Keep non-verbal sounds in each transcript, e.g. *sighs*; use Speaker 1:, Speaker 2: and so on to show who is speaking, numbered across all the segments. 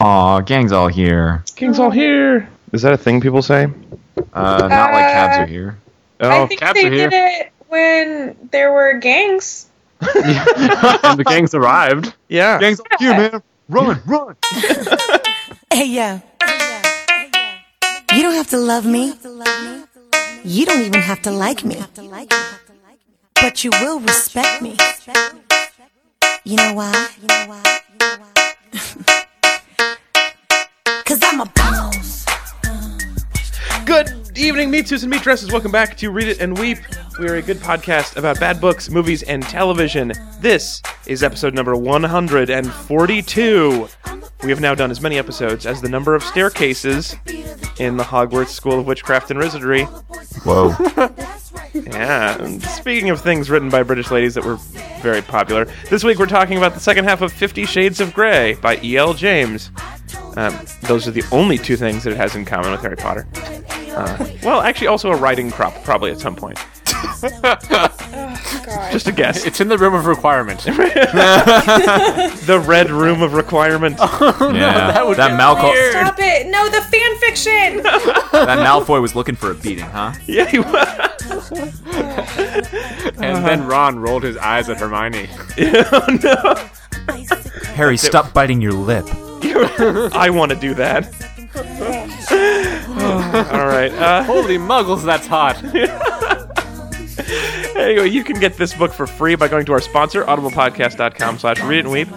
Speaker 1: Aw, gang's all here.
Speaker 2: King's
Speaker 3: Oh.
Speaker 2: all here. Is that a thing people say?
Speaker 1: Uh, not like cabs
Speaker 3: Uh,
Speaker 1: are here.
Speaker 3: I
Speaker 2: Oh,
Speaker 3: think
Speaker 1: cats
Speaker 3: they
Speaker 1: are here.
Speaker 3: did it when there were gangs.
Speaker 1: and the gang's arrived.
Speaker 2: yeah.
Speaker 1: Gang's all here, man. Run, run.
Speaker 4: Hey yo. You don't have to love me. You don't even have to like me. But you will respect me. You know why? *laughs* Cause I'm a boss.
Speaker 2: Good evening, meat suits and meat dresses. Welcome back to Read It and Weep. We are a good podcast about bad books, movies, and television. This is episode number 142. We have now done as many episodes as the number of staircases in the Hogwarts School of Witchcraft and Wizardry.
Speaker 1: Whoa.
Speaker 2: Yeah. and Speaking of things written by British ladies that were very popular, this week we're talking about the second half of Fifty Shades of Grey by E.L. James. Um, those are the only two things that it has in common with Harry Potter. Uh, well, actually, also a writing crop, probably at some point. Just a
Speaker 5: *laughs*
Speaker 2: guess.
Speaker 5: It's in the room of requirement.
Speaker 2: The Red Room of Requirement.
Speaker 1: Yeah,
Speaker 5: *laughs* that would
Speaker 1: that
Speaker 5: be
Speaker 1: Malco-
Speaker 5: weird.
Speaker 3: Stop it! No, the fan fiction. *laughs*
Speaker 1: that Malfoy was looking for a beating, huh?
Speaker 2: Yeah, he *laughs* was.
Speaker 5: And then Ron rolled his eyes at Hermione.
Speaker 2: Oh,
Speaker 1: Harry, stop biting your lip.
Speaker 2: *laughs* I want to do that. *sighs* All right. Uh,
Speaker 5: Holy muggles, that's hot.
Speaker 2: Anyway, you can get this book for free by going to our sponsor, audiblepodcast.com slash read it and weep.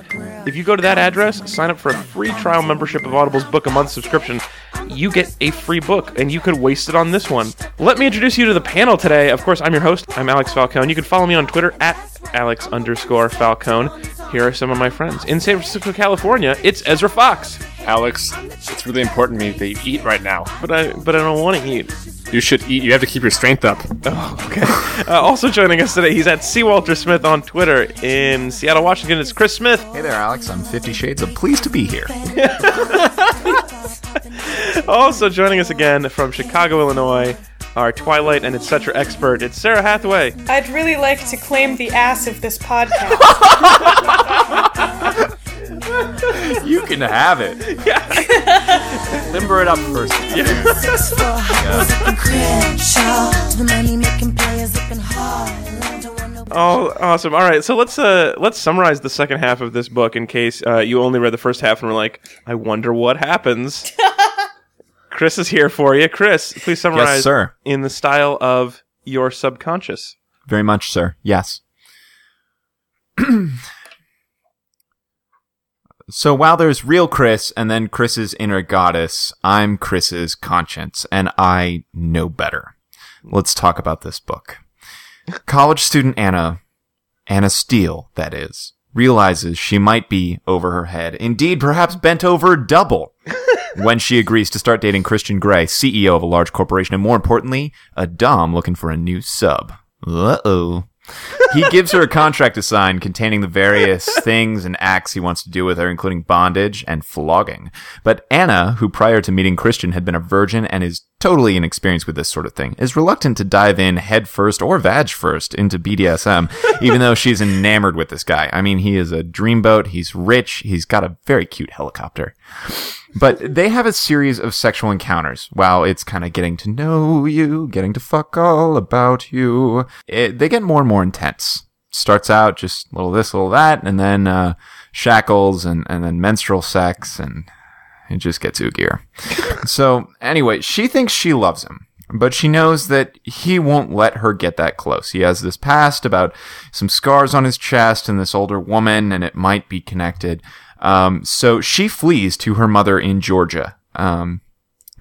Speaker 2: If you go to that address, sign up for a free trial membership of Audible's Book a Month subscription. You get a free book, and you could waste it on this one. Let me introduce you to the panel today. Of course, I'm your host. I'm Alex Falcone. You can follow me on Twitter at Alex underscore Falcone. Here are some of my friends. In San Francisco, California, it's Ezra Fox.
Speaker 5: Alex, it's really important to me that you eat right now.
Speaker 2: But I but I don't want to eat.
Speaker 5: You should eat. You have to keep your strength up.
Speaker 2: Uh, also joining us today, he's at C. Walter Smith on Twitter. In Seattle, Washington, it's Chris Smith.
Speaker 6: Hey there, Alex. I'm Fifty Shades of Pleased to Be Here.
Speaker 2: Also joining us again from Chicago, Illinois, our Twilight and etc. expert, it's Sarah Hathaway.
Speaker 3: I'd really like to claim the ass of this podcast.
Speaker 6: You can have it.
Speaker 5: *laughs* Limber it up first.
Speaker 4: Six four hoes looking Crenshaw. To the money making players looking hard. Land don't want no
Speaker 2: Oh, awesome! All right, so let's uh, let's summarize the second half of this book in case uh, you only read the first half and were like, "I wonder what *laughs* happens." Chris is here for you. Chris, please summarize
Speaker 6: Yes, sir.
Speaker 2: in the style of your subconscious.
Speaker 6: Very much, sir. Yes. *clears throat* so while there's real Chris and then Chris's inner goddess, I'm Chris's conscience, and I know better. Let's talk about this book. College student Anna, Anna Steele, that is, realizes she might be over her head, indeed, perhaps bent over double, when she agrees to start dating Christian Gray, CEO of a large corporation, and more importantly, a Dom looking for a new sub. Uh oh. he gives her a contract to sign containing the various things and acts he wants to do with her, including bondage and flogging. But Anna, who prior to meeting Christian had been a virgin and is totally inexperienced with this sort of thing, is reluctant to dive in head first or vag first into BDSM, even though she's enamored with this guy. I mean, he is a dreamboat, he's rich, he's got a very cute helicopter. But they have a series of sexual encounters. Wow, it's kind of getting to know you, getting to fuck all about you. It, they get more and more intense. Starts out just little this, little that, and then uh, shackles, and, and then menstrual sex, and it just gets oogier. so anyway, she thinks she loves him, but she knows that he won't let her get that close. He has this past about some scars on his chest and this older woman, and it might be connected. Um, so she flees to her mother in Georgia, um,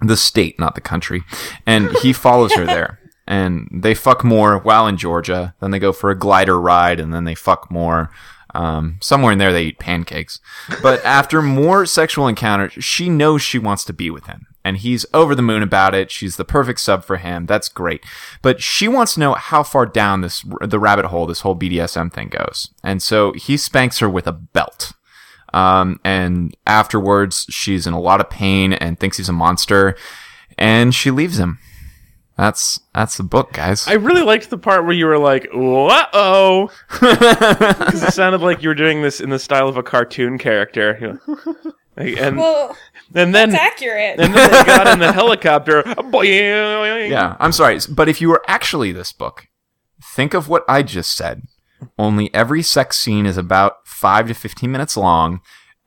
Speaker 6: the state, not the country, and he follows her there. And they fuck more while in Georgia. Then they go for a glider ride, and then they fuck more. Um, somewhere in there, they eat pancakes. But after more sexual encounters, she knows she wants to be with him. And he's over the moon about it. She's the perfect sub for him. That's great. But she wants to know how far down this the rabbit hole this whole BDSM thing goes. And so he spanks her with a belt. Um, and afterwards, she's in a lot of pain and thinks he's a monster, and she leaves him. That's that's the book, guys.
Speaker 2: I really liked the part where you were like, "Uh
Speaker 6: *laughs*
Speaker 2: oh," because it sounded like you were doing this in the style of a cartoon character. *laughs* You're like, And
Speaker 3: Well,
Speaker 2: and then
Speaker 3: it's accurate.
Speaker 2: and then they got
Speaker 6: *laughs*
Speaker 2: in the helicopter. Boing.
Speaker 6: Yeah, I'm sorry, but if you were actually this book, think of what I just said. Only every sex scene is about 5 to 15 minutes long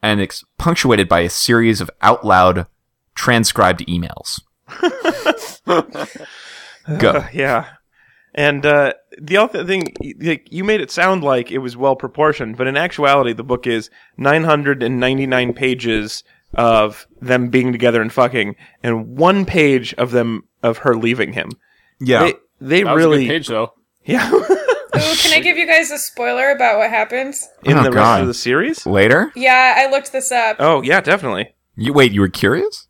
Speaker 6: and it's punctuated by a series of out loud transcribed emails. Go.
Speaker 2: Yeah. And uh, the other thing, y- like, you made it sound like it was well proportioned, but in actuality, the book is 999 pages of them being together and fucking, and one page of them of her leaving him.
Speaker 6: Yeah. Oh,
Speaker 2: They, they
Speaker 5: That was a
Speaker 2: really,
Speaker 5: good page though.
Speaker 2: yeah. *laughs*
Speaker 3: Ooh, can I give you guys a spoiler about what happens?
Speaker 2: in
Speaker 6: Oh,
Speaker 2: the rest
Speaker 6: God.
Speaker 2: of the series.
Speaker 6: Later?
Speaker 3: Yeah, I looked this up.
Speaker 2: Oh yeah, definitely.
Speaker 6: You wait, you were curious?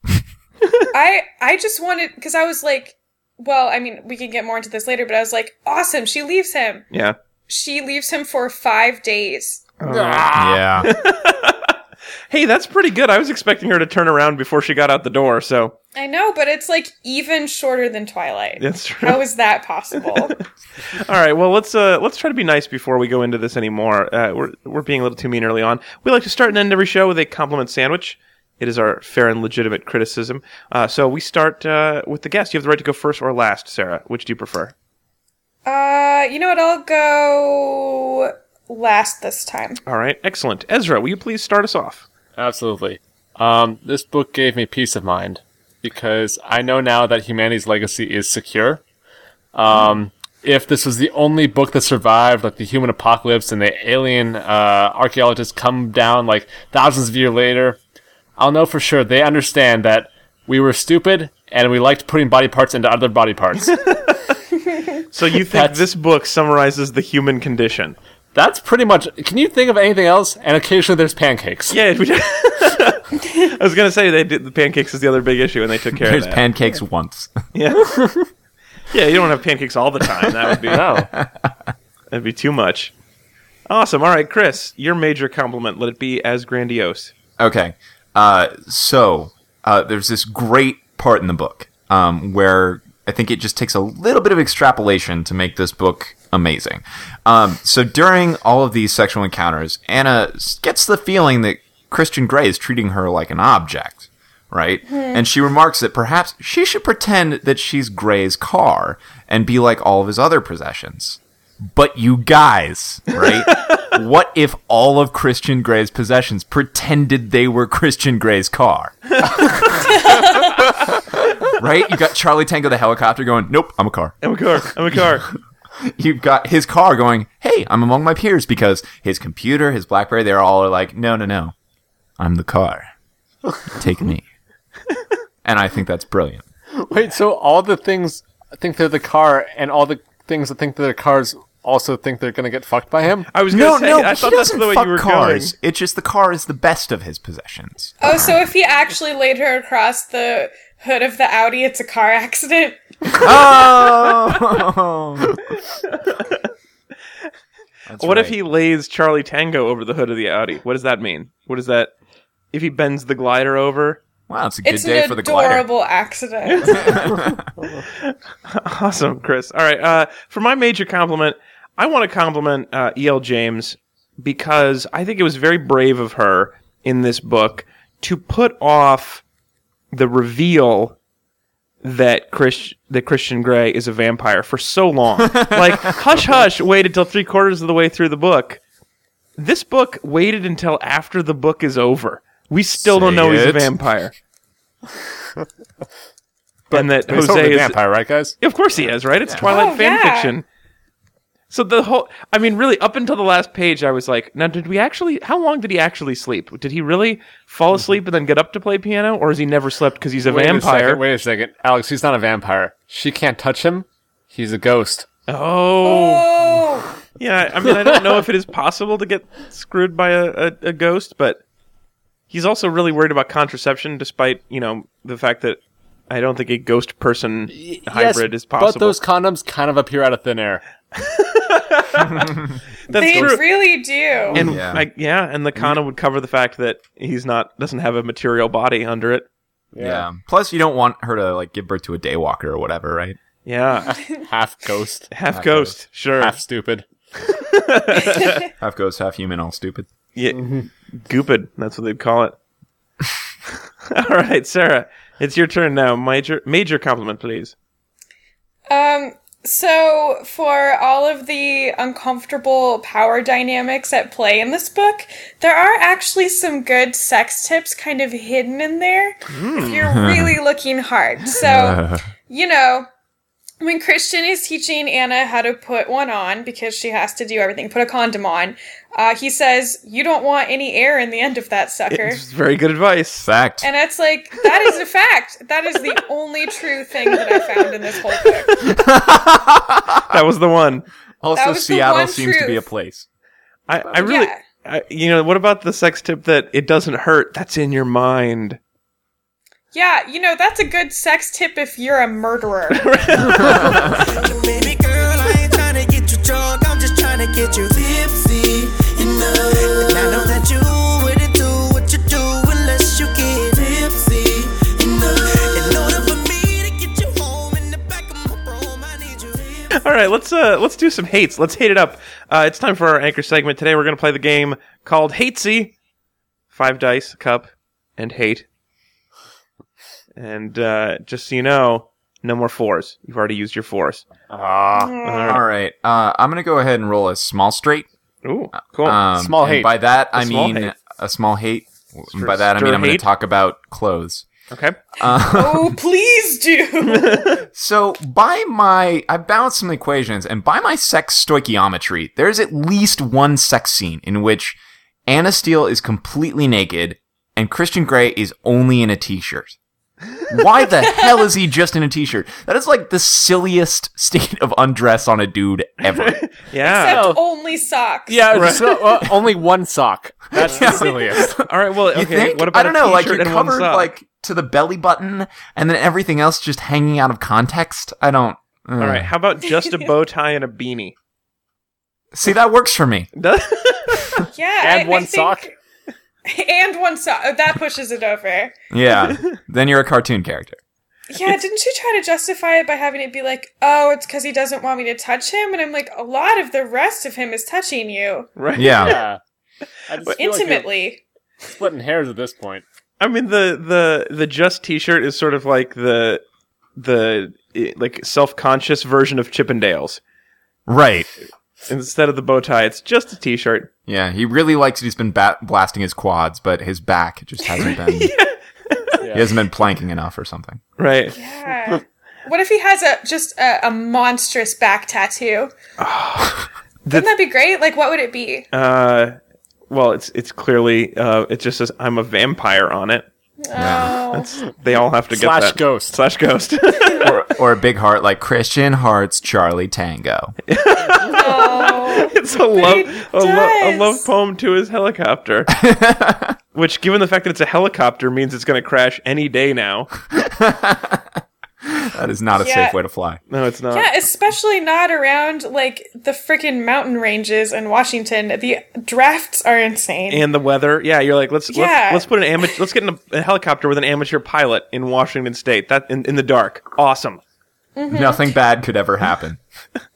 Speaker 3: I I just wanted because I was like, well, I mean, we can get more into this later, but I was like, awesome, she leaves him.
Speaker 2: Yeah.
Speaker 3: She leaves him for five days.
Speaker 6: yeah.
Speaker 2: Hey, that's pretty good. I was expecting her to turn around before she got out the door. So
Speaker 3: I know, but it's like even shorter than Twilight.
Speaker 2: that's true.
Speaker 3: How is that possible?
Speaker 2: All right, well let's uh, let's try to be nice before we go into this anymore. Uh, we're we're being a little too mean early on. We like to start and end every show with a compliment sandwich. It is our fair and legitimate criticism. Uh, so we start uh, with the guest. You have the right to go first or last, Sarah. Which do you prefer?
Speaker 3: uh, you know what? I'll go last this time.
Speaker 2: All right, excellent. Ezra, will you please start us off?
Speaker 5: Absolutely. Um, this book gave me peace of mind because I know now that humanity's legacy is secure. Um, if this was the only book that survived, like the human apocalypse, and the alien uh, archaeologists come down like thousands of years later, I'll know for sure they understand that we were stupid and we liked putting body parts into other body parts.
Speaker 2: So you think
Speaker 5: That's-
Speaker 2: this book summarizes the human condition?
Speaker 5: That's pretty much. Can you think of anything else? And occasionally there's pancakes.
Speaker 2: Yeah. We did. *laughs* I was gonna say they did the pancakes is the other big issue, and they took care
Speaker 6: There's
Speaker 2: of that.
Speaker 6: pancakes once.
Speaker 2: yeah. yeah, you don't have pancakes all the time. That
Speaker 5: *laughs*
Speaker 2: would be
Speaker 5: No.
Speaker 2: That'd be too much. Awesome. All right, Chris, your major compliment. Let it be as grandiose.
Speaker 6: Okay. Uh, so uh, there's this great part in the book um, where I think it just takes a little bit of extrapolation to make this book amazing. Um, so during all of these sexual encounters, Anna s- gets the feeling that Christian Grey is treating her like an object, right? And she remarks that perhaps she should pretend that she's Grey's car and be like all of his other possessions. But you guys, right? what if all of Christian Gray's possessions pretended they were Christian Gray's car? right? You got Charlie Tango the helicopter going, "Nope, I'm a car."
Speaker 2: I'm a car. I'm a car.
Speaker 6: You've got his car going, "Hey, I'm among my peers" because his computer, his BlackBerry, they're all are like, "No, no, no. I'm the car. Take me." And I think that's brilliant.
Speaker 5: Wait, so all the things think they're the car, and all the things that think they're the cars also think they're gonna get fucked by him?
Speaker 2: I was gonna
Speaker 6: No,
Speaker 2: say.
Speaker 6: no,
Speaker 2: I
Speaker 6: he
Speaker 2: thought that's
Speaker 6: doesn't
Speaker 2: the way
Speaker 6: fuck
Speaker 2: you were
Speaker 6: cars.
Speaker 2: going.
Speaker 6: It's just the car is the best of his possessions.
Speaker 3: Oh, so if he actually laid her across the hood of the Audi, it's a car accident.
Speaker 6: Oh.
Speaker 2: What if he lays Charlie Tango over the hood of the Audi? What does that mean? What is that? If he bends the glider over?
Speaker 6: Wow, it's a good
Speaker 3: It's
Speaker 6: day
Speaker 3: an
Speaker 6: for the glider.
Speaker 3: adorable
Speaker 6: *laughs*
Speaker 3: accident.
Speaker 2: *laughs* Awesome, Chris. All right. Uh, for my major compliment, I want to compliment uh, E.L. James because I think it was very brave of her in this book to put off the reveal that Chris that Christian Grey is a vampire for
Speaker 6: *laughs*
Speaker 2: so long. like hush hush waited till three quarters of the way through the book. This book waited until after the book is over. We still don't
Speaker 6: Say
Speaker 2: know he's a
Speaker 6: it. *laughs*
Speaker 2: vampire. and that
Speaker 5: He's totally
Speaker 2: Jose
Speaker 5: a
Speaker 2: is
Speaker 5: vampire, right, guys?
Speaker 2: of course he is, right? It's Twilight
Speaker 3: Oh,
Speaker 2: fan
Speaker 3: yeah.
Speaker 2: fiction. So the whole I mean really up until the last page I was like, now did we actually how long did he actually sleep? Did he really fall asleep and then get up to play piano or has he never slept cuz he's a
Speaker 5: Wait a,
Speaker 2: vampire?
Speaker 5: second, wait a second, Alex. He's not a vampire. She can't touch him. He's a ghost.
Speaker 2: oh.
Speaker 3: oh,
Speaker 2: Yeah, I mean I don't know if it is possible to get screwed by a, a, a ghost, but he's also really worried about contraception despite, you know, the fact that I don't think a ghost person hybrid is possible.
Speaker 5: But those condoms kind of appear out of thin air.
Speaker 2: That's
Speaker 3: they
Speaker 2: true.
Speaker 3: really do.
Speaker 2: and
Speaker 6: Yeah.
Speaker 2: like yeah, and the condom would cover the fact that he's not doesn't have a material body under it.
Speaker 6: Yeah. Plus, you don't want her to like give birth to a daywalker or whatever, right?
Speaker 2: Yeah,
Speaker 5: Half
Speaker 2: *laughs*
Speaker 5: ghost,
Speaker 2: half ghost, sure.
Speaker 5: half stupid.
Speaker 6: Half ghost, half human, all stupid.
Speaker 2: Yeah, goopid. That's what they'd call it. *laughs* All right, Sarah, it's your turn now. Major, major compliment, please.
Speaker 3: Um, so for all of the uncomfortable power dynamics at play in this book, there are actually some good sex tips kind of hidden in there if you're
Speaker 6: Hmm.
Speaker 3: really
Speaker 6: *laughs*
Speaker 3: looking hard. So, you know, when Christian is teaching Anna how to put one on because she has to do everything, put a condom on, uh, he says, "You don't want any air in the end of that sucker."
Speaker 2: It's very good advice.
Speaker 6: Fact.
Speaker 3: And it's like, that is a fact. That is the only true thing that I found in this whole book.
Speaker 2: That was the one.
Speaker 3: that
Speaker 6: Also,
Speaker 3: was the
Speaker 6: Seattle
Speaker 3: one
Speaker 6: seems to be a
Speaker 3: truth.
Speaker 6: place.
Speaker 2: I, I really,
Speaker 3: Yeah.
Speaker 2: I, you know, what about the sex tip that it doesn't hurt? That's in your mind.
Speaker 3: Yeah, you know, that's a good sex tip if you're a murderer.
Speaker 7: Baby girl, I ain't tryna get you drunk, I'm just tryna get you tipsy, you know. And I know that you wouldn't do what you do unless you get tipsy, you know. In order for me to get you home in the back of my room, I need you tipsy.
Speaker 2: All right, let's uh, let's do some hates. Let's hate it up. Uh, it's time for our anchor segment. Today we're going to play the game called Hatesy. Five dice, cup, and hate. And uh, just so you know, no more fours. You've already used your fours.
Speaker 6: All right. Uh, I'm going to go ahead and roll a small straight.
Speaker 2: Ooh, cool.
Speaker 6: Um,
Speaker 5: Small
Speaker 6: and
Speaker 5: hate.
Speaker 6: By that, I
Speaker 2: small
Speaker 6: mean
Speaker 2: hate.
Speaker 6: a small hate. And by that, I
Speaker 2: stir
Speaker 6: mean I'm going
Speaker 2: hate.
Speaker 6: to talk about clothes. Uh,
Speaker 2: okay.
Speaker 3: oh, please do.
Speaker 6: So by my, I balanced some equations, and by my sex stoichiometry, there's at least one sex scene in which Anna Steele is completely naked and Christian Grey is only in a t-shirt. Why
Speaker 2: *laughs*
Speaker 6: the hell is he just in a t-shirt? That is like the silliest state of undress on a dude
Speaker 2: *laughs*
Speaker 6: ever.
Speaker 2: Yeah.
Speaker 3: Except only socks.
Speaker 5: Yeah, just, uh, only
Speaker 2: *laughs*
Speaker 5: one sock. That's the silliest.
Speaker 2: All right. Well,
Speaker 6: You
Speaker 2: okay.
Speaker 6: think?
Speaker 2: What about
Speaker 6: I don't know,
Speaker 2: a
Speaker 6: like
Speaker 2: t-shirt
Speaker 6: you're
Speaker 2: and one
Speaker 6: covered
Speaker 2: sock?
Speaker 6: like to the belly button, and then everything else just hanging out of context. I don't. uh.
Speaker 2: All right. How about just a bow tie and a beanie? *laughs*
Speaker 6: See, that works for me.
Speaker 2: Does- *laughs*
Speaker 3: Yeah. I-
Speaker 5: And
Speaker 3: I
Speaker 5: one
Speaker 3: think-
Speaker 5: sock.
Speaker 3: *laughs* And one sock. Oh, that pushes it over.
Speaker 6: Yeah.
Speaker 2: *laughs*
Speaker 6: then you're a cartoon character.
Speaker 3: Yeah, didn't you try to justify it by having it be like, oh, it's because he doesn't want me to touch him? And I'm like, a lot of the rest of him is touching you
Speaker 2: right.
Speaker 6: Yeah.
Speaker 5: Yeah. I just feel like you're
Speaker 3: intimately.
Speaker 5: splitting hairs at this point.
Speaker 2: I mean the the the just t-shirt is sort of like the the eh, like self-conscious version of Chippendales.
Speaker 6: Right.
Speaker 2: Instead of the bow tie, it's just a t-shirt.
Speaker 6: Yeah, he really likes it. He's been bat- blasting his quads, but his back just hasn't been. He hasn't been planking enough or something.
Speaker 2: Right.
Speaker 3: Yeah. What if he has a just a, a monstrous back tattoo? Wouldn't that be great? Like, what would it be?
Speaker 2: Uh well, it's it's clearly uh it just says I'm a vampire on it.
Speaker 3: oh,
Speaker 2: They all have to
Speaker 5: Slash
Speaker 2: get that.
Speaker 5: ghost.
Speaker 2: Slash ghost. *laughs*
Speaker 6: Or, or a big heart like Christian Hearts Charlie Tango.
Speaker 3: oh.
Speaker 2: it's a love a, lo- a
Speaker 3: does.
Speaker 2: love poem to his
Speaker 5: *laughs*
Speaker 2: helicopter. Which given the fact that it's a helicopter means it's going to crash any day now.
Speaker 6: That is not a
Speaker 3: Yeah.
Speaker 6: safe way to
Speaker 2: *laughs*
Speaker 6: fly.
Speaker 2: No, it's not.
Speaker 3: Yeah, especially not around like the freaking mountain ranges in Washington. The drafts are insane.
Speaker 2: and the weather. Yeah, you're like let's
Speaker 3: Yeah.
Speaker 2: let's, let's put an amateur let's get in a, a helicopter with an amateur pilot in Washington State. That in, in the dark, awesome.
Speaker 6: Nothing bad could ever
Speaker 2: *laughs*
Speaker 6: happen.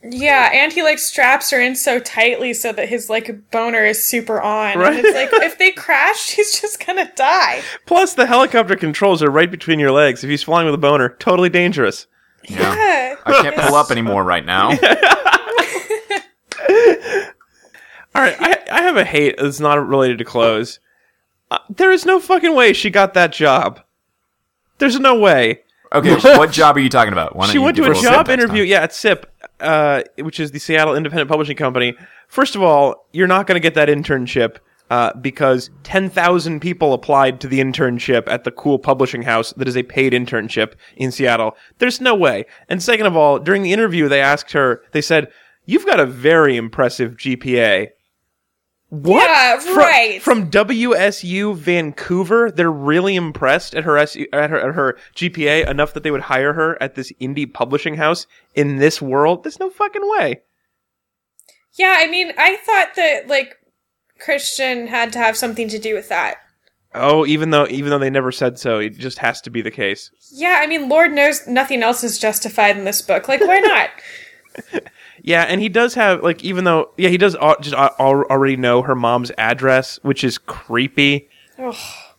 Speaker 3: yeah, and he like straps her in so tightly so that his like boner is super on.
Speaker 2: Right.
Speaker 3: And it's like if they crash, she's just gonna die.
Speaker 2: Plus, the helicopter controls are right between your legs. If he's flying with a boner, totally dangerous.
Speaker 3: Yeah.
Speaker 6: I can't pull up anymore right
Speaker 2: *laughs*
Speaker 6: now.
Speaker 2: All right, I, I have a hate that's not related to clothes. Uh, there is no fucking way she got that job. There's no way. *laughs*
Speaker 6: Okay, what job are you talking about? Why don't
Speaker 2: She
Speaker 6: you
Speaker 2: went
Speaker 6: give
Speaker 2: to a
Speaker 6: us
Speaker 2: job
Speaker 6: tip next
Speaker 2: interview,
Speaker 6: time?
Speaker 2: yeah, at SIP, uh, which is the Seattle Independent Publishing Company. First of all, you're not going to get that internship uh, because 10,000 people applied to the internship at the cool publishing house that is a paid internship in Seattle. There's no way. And second of all, during the interview, they asked her, they said, You've got a very impressive GPA. What?
Speaker 3: Yeah,
Speaker 2: Fro-
Speaker 3: right.
Speaker 2: From WSU Vancouver, they're really impressed at her SU, at her at her GPA enough that they would hire her at this indie publishing house in this world. There's no fucking way.
Speaker 3: Yeah, I mean, I thought that like Christian had to have something to do with that.
Speaker 2: Oh, even though even though they never said so, it just has to be the case.
Speaker 3: Yeah, I mean, Lord knows nothing else is justified in this book. Like, why not?
Speaker 2: Yeah, and he does have like even though yeah he does al- just al- al- already know her mom's address, which is creepy.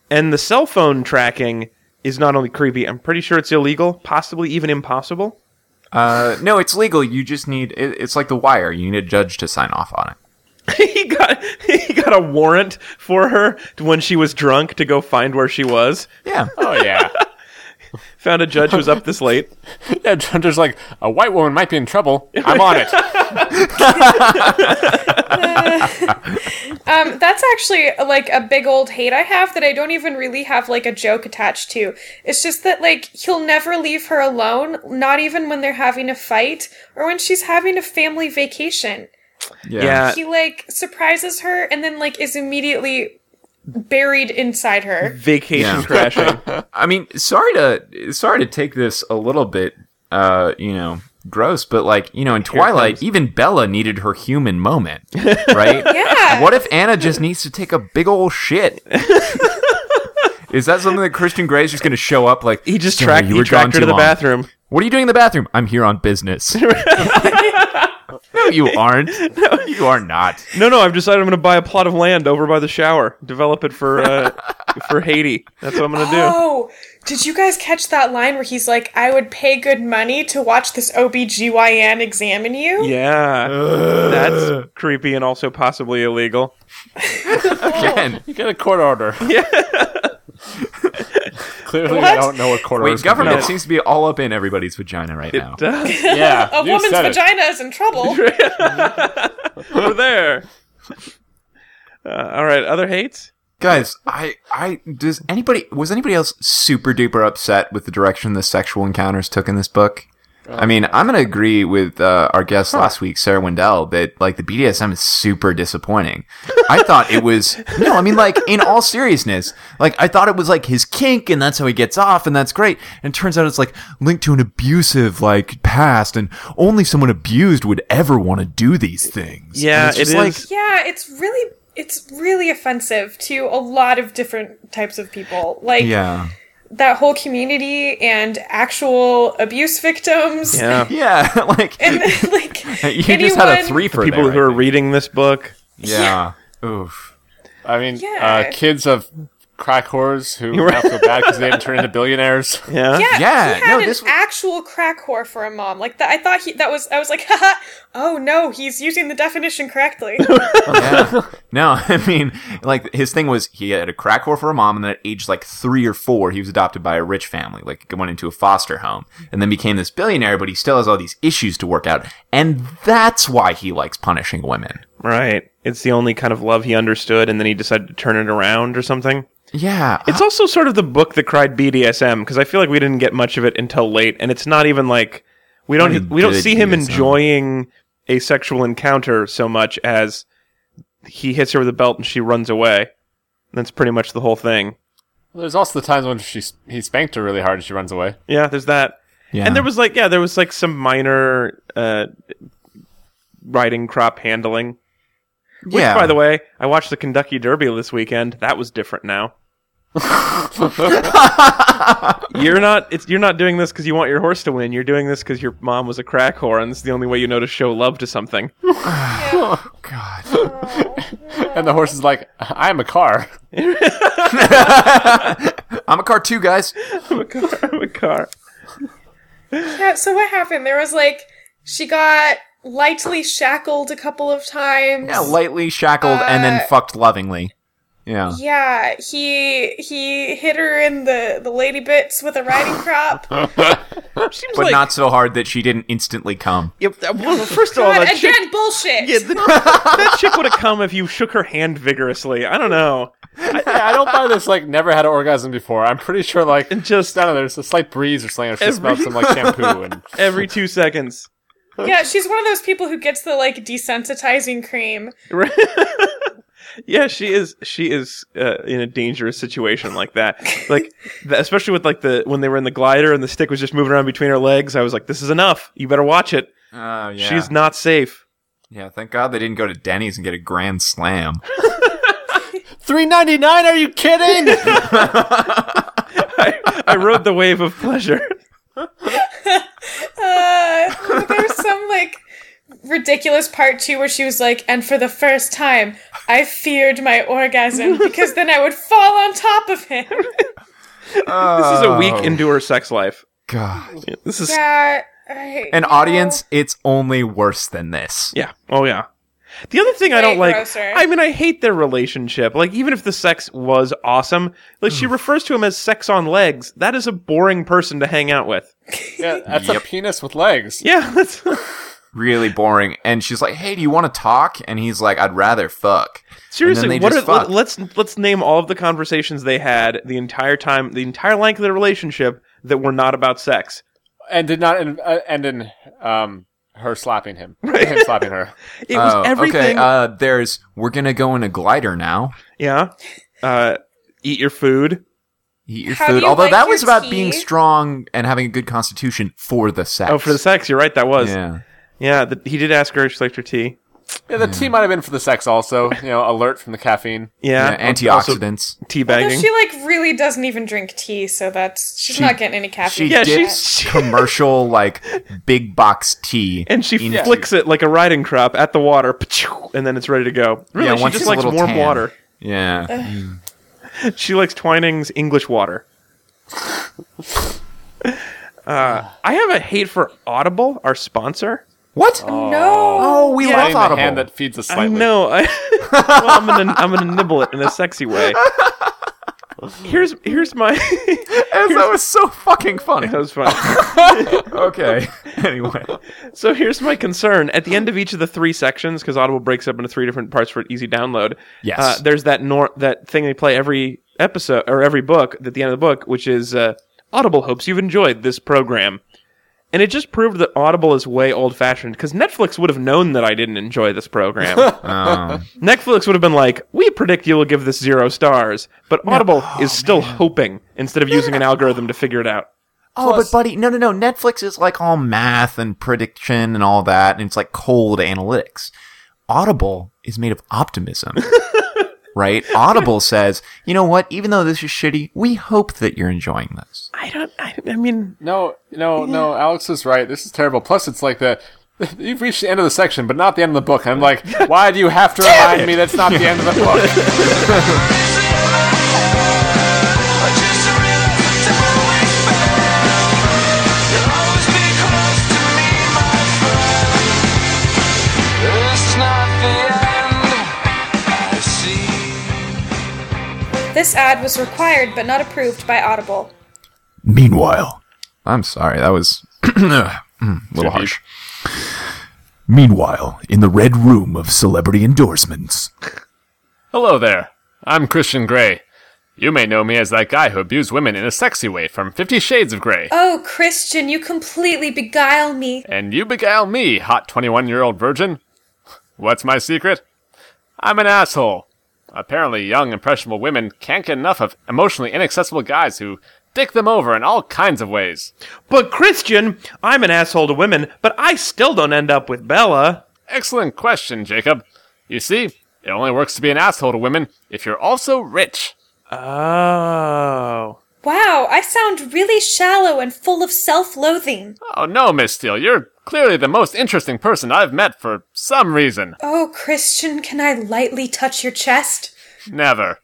Speaker 2: And the cell phone tracking is not only creepy, I'm pretty sure it's illegal, possibly even impossible.
Speaker 6: Uh, no, it's legal. You just need it, it's like the wire. You need a judge to sign off on it.
Speaker 2: *laughs* he got he got a warrant for her to- when she was drunk to go find where she was.
Speaker 6: Yeah.
Speaker 5: Oh yeah.
Speaker 2: Found a judge who was up
Speaker 6: *laughs*
Speaker 2: this late.
Speaker 5: yeah, Hunter's like, a white woman might be in
Speaker 2: *laughs*
Speaker 5: trouble. I'm on it.
Speaker 3: Um, that's actually like a big old hate I have that I don't even really have like a joke attached to. It's just that like he'll never leave her alone, not even when they're having a fight or when she's having a family vacation.
Speaker 2: *laughs* Yeah.
Speaker 3: He like surprises her and then like is immediately buried
Speaker 2: *laughs*
Speaker 3: inside her.
Speaker 2: Vacation
Speaker 6: Yeah.
Speaker 2: crashing.
Speaker 6: *laughs* I mean, sorry to sorry to take this a little bit, uh, you know, gross, but like you know, in Twilight, even Bella needed her human moment, *laughs* right?
Speaker 3: Yeah.
Speaker 6: What if Anna just needs to take a big ool *laughs* shit? Is that something that Christian Grey is just going to show up like
Speaker 2: He just
Speaker 6: "Sorry,
Speaker 2: tracked
Speaker 6: you
Speaker 2: he
Speaker 6: were gone
Speaker 2: tracked her
Speaker 6: too
Speaker 2: to the
Speaker 6: long.
Speaker 2: bathroom.
Speaker 6: What are you doing in the bathroom? I'm here on *laughs* business. no, you *laughs* aren't. you are not.
Speaker 2: No, no, I've decided I'm going to buy a plot of land over by the shower, develop it
Speaker 6: *laughs*
Speaker 2: for uh, for Haiti. That's what I'm going to do.
Speaker 3: Oh, did you guys catch that line where he's like, I would pay good money to watch this OBGYN examine you?
Speaker 2: Yeah. That's creepy and also possibly illegal. *laughs*
Speaker 6: Again.
Speaker 5: You get a court *laughs* order. Yeah. Clearly, I
Speaker 3: What?
Speaker 5: don't know what court order.
Speaker 6: Wait, government seems to be all up in everybody's vagina right now.
Speaker 2: Duh.
Speaker 5: *laughs* Yeah,
Speaker 3: A
Speaker 5: you
Speaker 3: woman's
Speaker 5: said it.
Speaker 3: vagina is in
Speaker 5: *laughs*
Speaker 3: trouble.
Speaker 2: Over there. Uh, all right, other hates?
Speaker 6: Guys, I, I, does anybody, was anybody else super duper upset with the direction the sexual encounters took in this book? I mean, I'm going to agree with uh, our guest last week, Sarah Wendell, that like the BDSM is super disappointing. I thought it was, *laughs* no, I mean, like in all seriousness, like I thought it was like his kink and that's how he gets off and that's great. And it turns out it's like linked to an abusive like past and only someone abused would ever want to do these things. And
Speaker 2: Yeah,
Speaker 6: it's
Speaker 2: it
Speaker 6: just
Speaker 2: is.
Speaker 6: like,
Speaker 3: Yeah, it's really it's really offensive to a lot of different types of people. Like
Speaker 6: yeah. *laughs*
Speaker 3: that whole community and actual abuse
Speaker 6: *laughs*
Speaker 3: victims.
Speaker 2: Yeah.
Speaker 6: Yeah, like
Speaker 3: *laughs* And *laughs*
Speaker 6: *laughs*
Speaker 3: like
Speaker 6: you just had a
Speaker 3: anyone-
Speaker 6: three for
Speaker 2: People
Speaker 6: there,
Speaker 2: who
Speaker 6: I
Speaker 2: are
Speaker 6: think.
Speaker 2: reading this book.
Speaker 6: Yeah. Oof.
Speaker 5: I mean,
Speaker 3: Yeah.
Speaker 5: uh, kids of crack whores *laughs* who now feel bad because they didn't turn into billionaires.
Speaker 2: Yeah.
Speaker 3: Yeah,
Speaker 6: Yeah,
Speaker 3: he had
Speaker 6: no,
Speaker 3: an
Speaker 6: this was-
Speaker 3: actual crack whore for a mom. Like that, I thought he that was. I was like, *laughs* Haha, oh no, he's using the definition correctly.
Speaker 6: Yeah. no, *laughs* I mean, like his thing was he had a crack whore for a mom, and then at age like three or four, he was adopted by a rich family, like went into a foster home, and then became this billionaire. But he still has all these issues to work out, and that's why he likes punishing women.
Speaker 2: Right. It's the only kind of love he understood, and then he decided to turn it around or something.
Speaker 6: Yeah,
Speaker 2: It's also sort of the book that cried BDSM because I feel like we didn't get much of it until late, and it's not even like we
Speaker 6: I
Speaker 2: don't
Speaker 6: mean,
Speaker 2: we don't
Speaker 6: good
Speaker 2: see him
Speaker 6: BDSM.
Speaker 2: enjoying a sexual encounter so much as he hits her with a belt and she runs away. And That's pretty much the whole thing.
Speaker 5: *laughs* There's also the times when she he spanked her really hard and she runs away.
Speaker 2: Yeah, there's that.
Speaker 6: yeah.
Speaker 2: And there was like yeah, there was like some minor uh, riding crop handling. Which,
Speaker 6: yeah.
Speaker 2: by the way, I watched the Kentucky Derby this weekend. That was
Speaker 6: *laughs*
Speaker 2: different now. you're not it's, you're not doing this because you want your horse to win. You're doing this because your mom was a crack whore, and this is the only way you know to show love to something.
Speaker 6: God.
Speaker 5: And the horse is like, I'm a car.
Speaker 6: I'm a car too, guys.
Speaker 2: *laughs* I'm a car. I'm a car.
Speaker 3: yeah. So what happened? There was like she got lightly shackled a couple of times.
Speaker 6: Yeah, lightly shackled and then fucked lovingly. Yeah.
Speaker 3: Yeah, he he hit her in the the lady bits with a riding crop.
Speaker 2: Seems
Speaker 6: But
Speaker 2: like
Speaker 6: not so hard that she didn't instantly come.
Speaker 2: Yeah, well, first of all,
Speaker 3: God,
Speaker 2: that
Speaker 3: again,
Speaker 2: chick,
Speaker 3: bullshit.
Speaker 2: yeah, the- that chick would have come if you shook her hand vigorously. I don't know.
Speaker 5: *laughs* Yeah, I don't buy this. Like, never had an orgasm before. I'm pretty sure, like,
Speaker 2: just-
Speaker 5: just I don't know. There's a slight breeze or something. Or she
Speaker 2: Every-
Speaker 5: smelled some like *laughs* shampoo and
Speaker 2: Every two seconds.
Speaker 3: yeah, she's one of those people who gets the like desensitizing cream.
Speaker 2: Right. yeah, she is. She is uh, in a dangerous situation like that. Like, the, especially with like the when they were in the glider and the stick was just moving around between her legs. I was like, "This is enough. You better watch it.
Speaker 6: Oh, yeah.
Speaker 2: She's not safe."
Speaker 6: yeah, thank God they didn't go to Denny's and get a grand slam.
Speaker 5: three ninety nine. Are you *laughs* kidding?
Speaker 2: I, I rode the wave *laughs* of pleasure.
Speaker 3: Uh, there was some like ridiculous part two where she was like, and for the first time, I feared my orgasm because then I would fall on top of him.
Speaker 2: This is a week into her sex life.
Speaker 6: God.
Speaker 2: This is
Speaker 3: Yeah, I-
Speaker 6: An
Speaker 3: you
Speaker 6: audience, it's only worse than this.
Speaker 2: Yeah. Oh yeah. The other thing I don't
Speaker 3: Way
Speaker 2: like,
Speaker 3: grosser.
Speaker 2: I mean, I hate their relationship. Like, even if the sex was awesome, like she refers to him as "sex on legs." That is a boring person to hang out with.
Speaker 5: Yeah, that's a penis with legs.
Speaker 2: Yeah, *laughs* that's
Speaker 6: Really boring. And she's like, hey, do you want to talk? And he's like, I'd rather fuck.
Speaker 2: seriously.
Speaker 6: they
Speaker 2: What are,
Speaker 6: just
Speaker 2: let,
Speaker 6: fuck.
Speaker 2: let's let's name all of the conversations they had the entire time, the entire length of their relationship that were not about sex.
Speaker 5: And did not end, uh, end in um, her slapping him. Him slapping her.
Speaker 2: It was
Speaker 6: Oh,
Speaker 2: everything.
Speaker 6: Okay, uh, there's, we're going to go in a glider now.
Speaker 2: yeah. Uh, eat your food.
Speaker 6: Eat your
Speaker 3: How do
Speaker 6: food.
Speaker 3: you
Speaker 6: Although
Speaker 3: like
Speaker 6: that
Speaker 3: your
Speaker 6: was about
Speaker 3: tea?
Speaker 6: being strong and having a good constitution for the sex.
Speaker 2: Oh, for the sex, you're right. That was. Yeah.
Speaker 6: Yeah.
Speaker 2: the, he did ask her if she liked her tea.
Speaker 5: Yeah, the tea might have been for the sex also. You know, alert from the caffeine.
Speaker 2: Yeah.
Speaker 6: yeah. Antioxidants.
Speaker 2: Tea
Speaker 3: know,
Speaker 2: bagging.
Speaker 3: she like really doesn't even drink tea, so that's she's not getting any
Speaker 6: she
Speaker 3: caffeine.
Speaker 2: Yeah, she-
Speaker 6: dips
Speaker 2: she-
Speaker 6: commercial like big box tea.
Speaker 2: and she
Speaker 6: into-
Speaker 2: flicks it like a riding crop at the water, *laughs* pa-choo, and then it's ready to go. Really,
Speaker 6: Yeah,
Speaker 2: she
Speaker 6: once
Speaker 2: just
Speaker 6: it's a
Speaker 2: likes
Speaker 6: little
Speaker 2: warm
Speaker 6: tan.
Speaker 2: water.
Speaker 6: Yeah.
Speaker 2: She likes Twining's English water. Uh, I have a hate for Audible, our sponsor.
Speaker 6: What?
Speaker 3: no,
Speaker 6: Oh, we love
Speaker 5: Biting
Speaker 6: Audible.
Speaker 5: The hand that feeds us slightly.
Speaker 2: I know. *laughs* I, well, I'm gonna I'm gonna nibble it in a sexy way. Here's here's my *laughs*
Speaker 6: that was so fucking funny.
Speaker 2: that was funny.
Speaker 6: *laughs* Okay. anyway.
Speaker 2: So here's my concern. At the end of each of the three sections, because Audible breaks up into three different parts for easy download.
Speaker 6: Yes.
Speaker 2: Uh, there's that nor- that thing they play every episode or every book at the end of the book, which is uh, Audible hopes you've enjoyed this program. And it just proved that Audible is way old fashioned because Netflix would have known that I didn't enjoy this *laughs* program. Oh. Netflix would have been like, we predict you will give this zero stars. But Audible is still hoping instead of using an algorithm to figure it out.
Speaker 6: Oh, but buddy, no, no, no. Netflix is like all math and prediction and all that, and it's like cold analytics. Audible is made of *laughs* optimism. right? Audible says, you know what? Even though this is shitty, we hope that you're enjoying this.
Speaker 2: I don't, I, I mean,
Speaker 5: No, no, no. Alex is right. This is terrible. Plus, it's like the *laughs* you've reached the end of the section, but not the end of the book. I'm like, why do you have to remind me that's not the end of the book?
Speaker 3: this ad was required but not approved by Audible.
Speaker 6: Meanwhile, I'm sorry, that was *clears throat* a little harsh. Meanwhile, in the red room of celebrity endorsements.
Speaker 5: Hello there. I'm Christian Grey. You may know me as that guy who abused women in a sexy way from Fifty Shades of Grey.
Speaker 3: Oh, Christian, you completely beguile me.
Speaker 5: And you beguile me, hot 21 year old virgin. What's my secret? I'm an asshole. Apparently, young, impressionable women can't get enough of emotionally inaccessible guys who dick them over in all kinds of ways.
Speaker 2: But Christian, I'm an asshole to women, but I still don't end up with Bella.
Speaker 5: Excellent question, Jacob. You see, it only works to be an asshole to women if you're also rich.
Speaker 2: Oh.
Speaker 3: Wow, I sound really shallow and full of self-loathing.
Speaker 5: Oh no, Miss Steele, you're clearly the most interesting person I've met for some reason.
Speaker 3: Oh, Christian, can I lightly touch your chest?
Speaker 5: Never.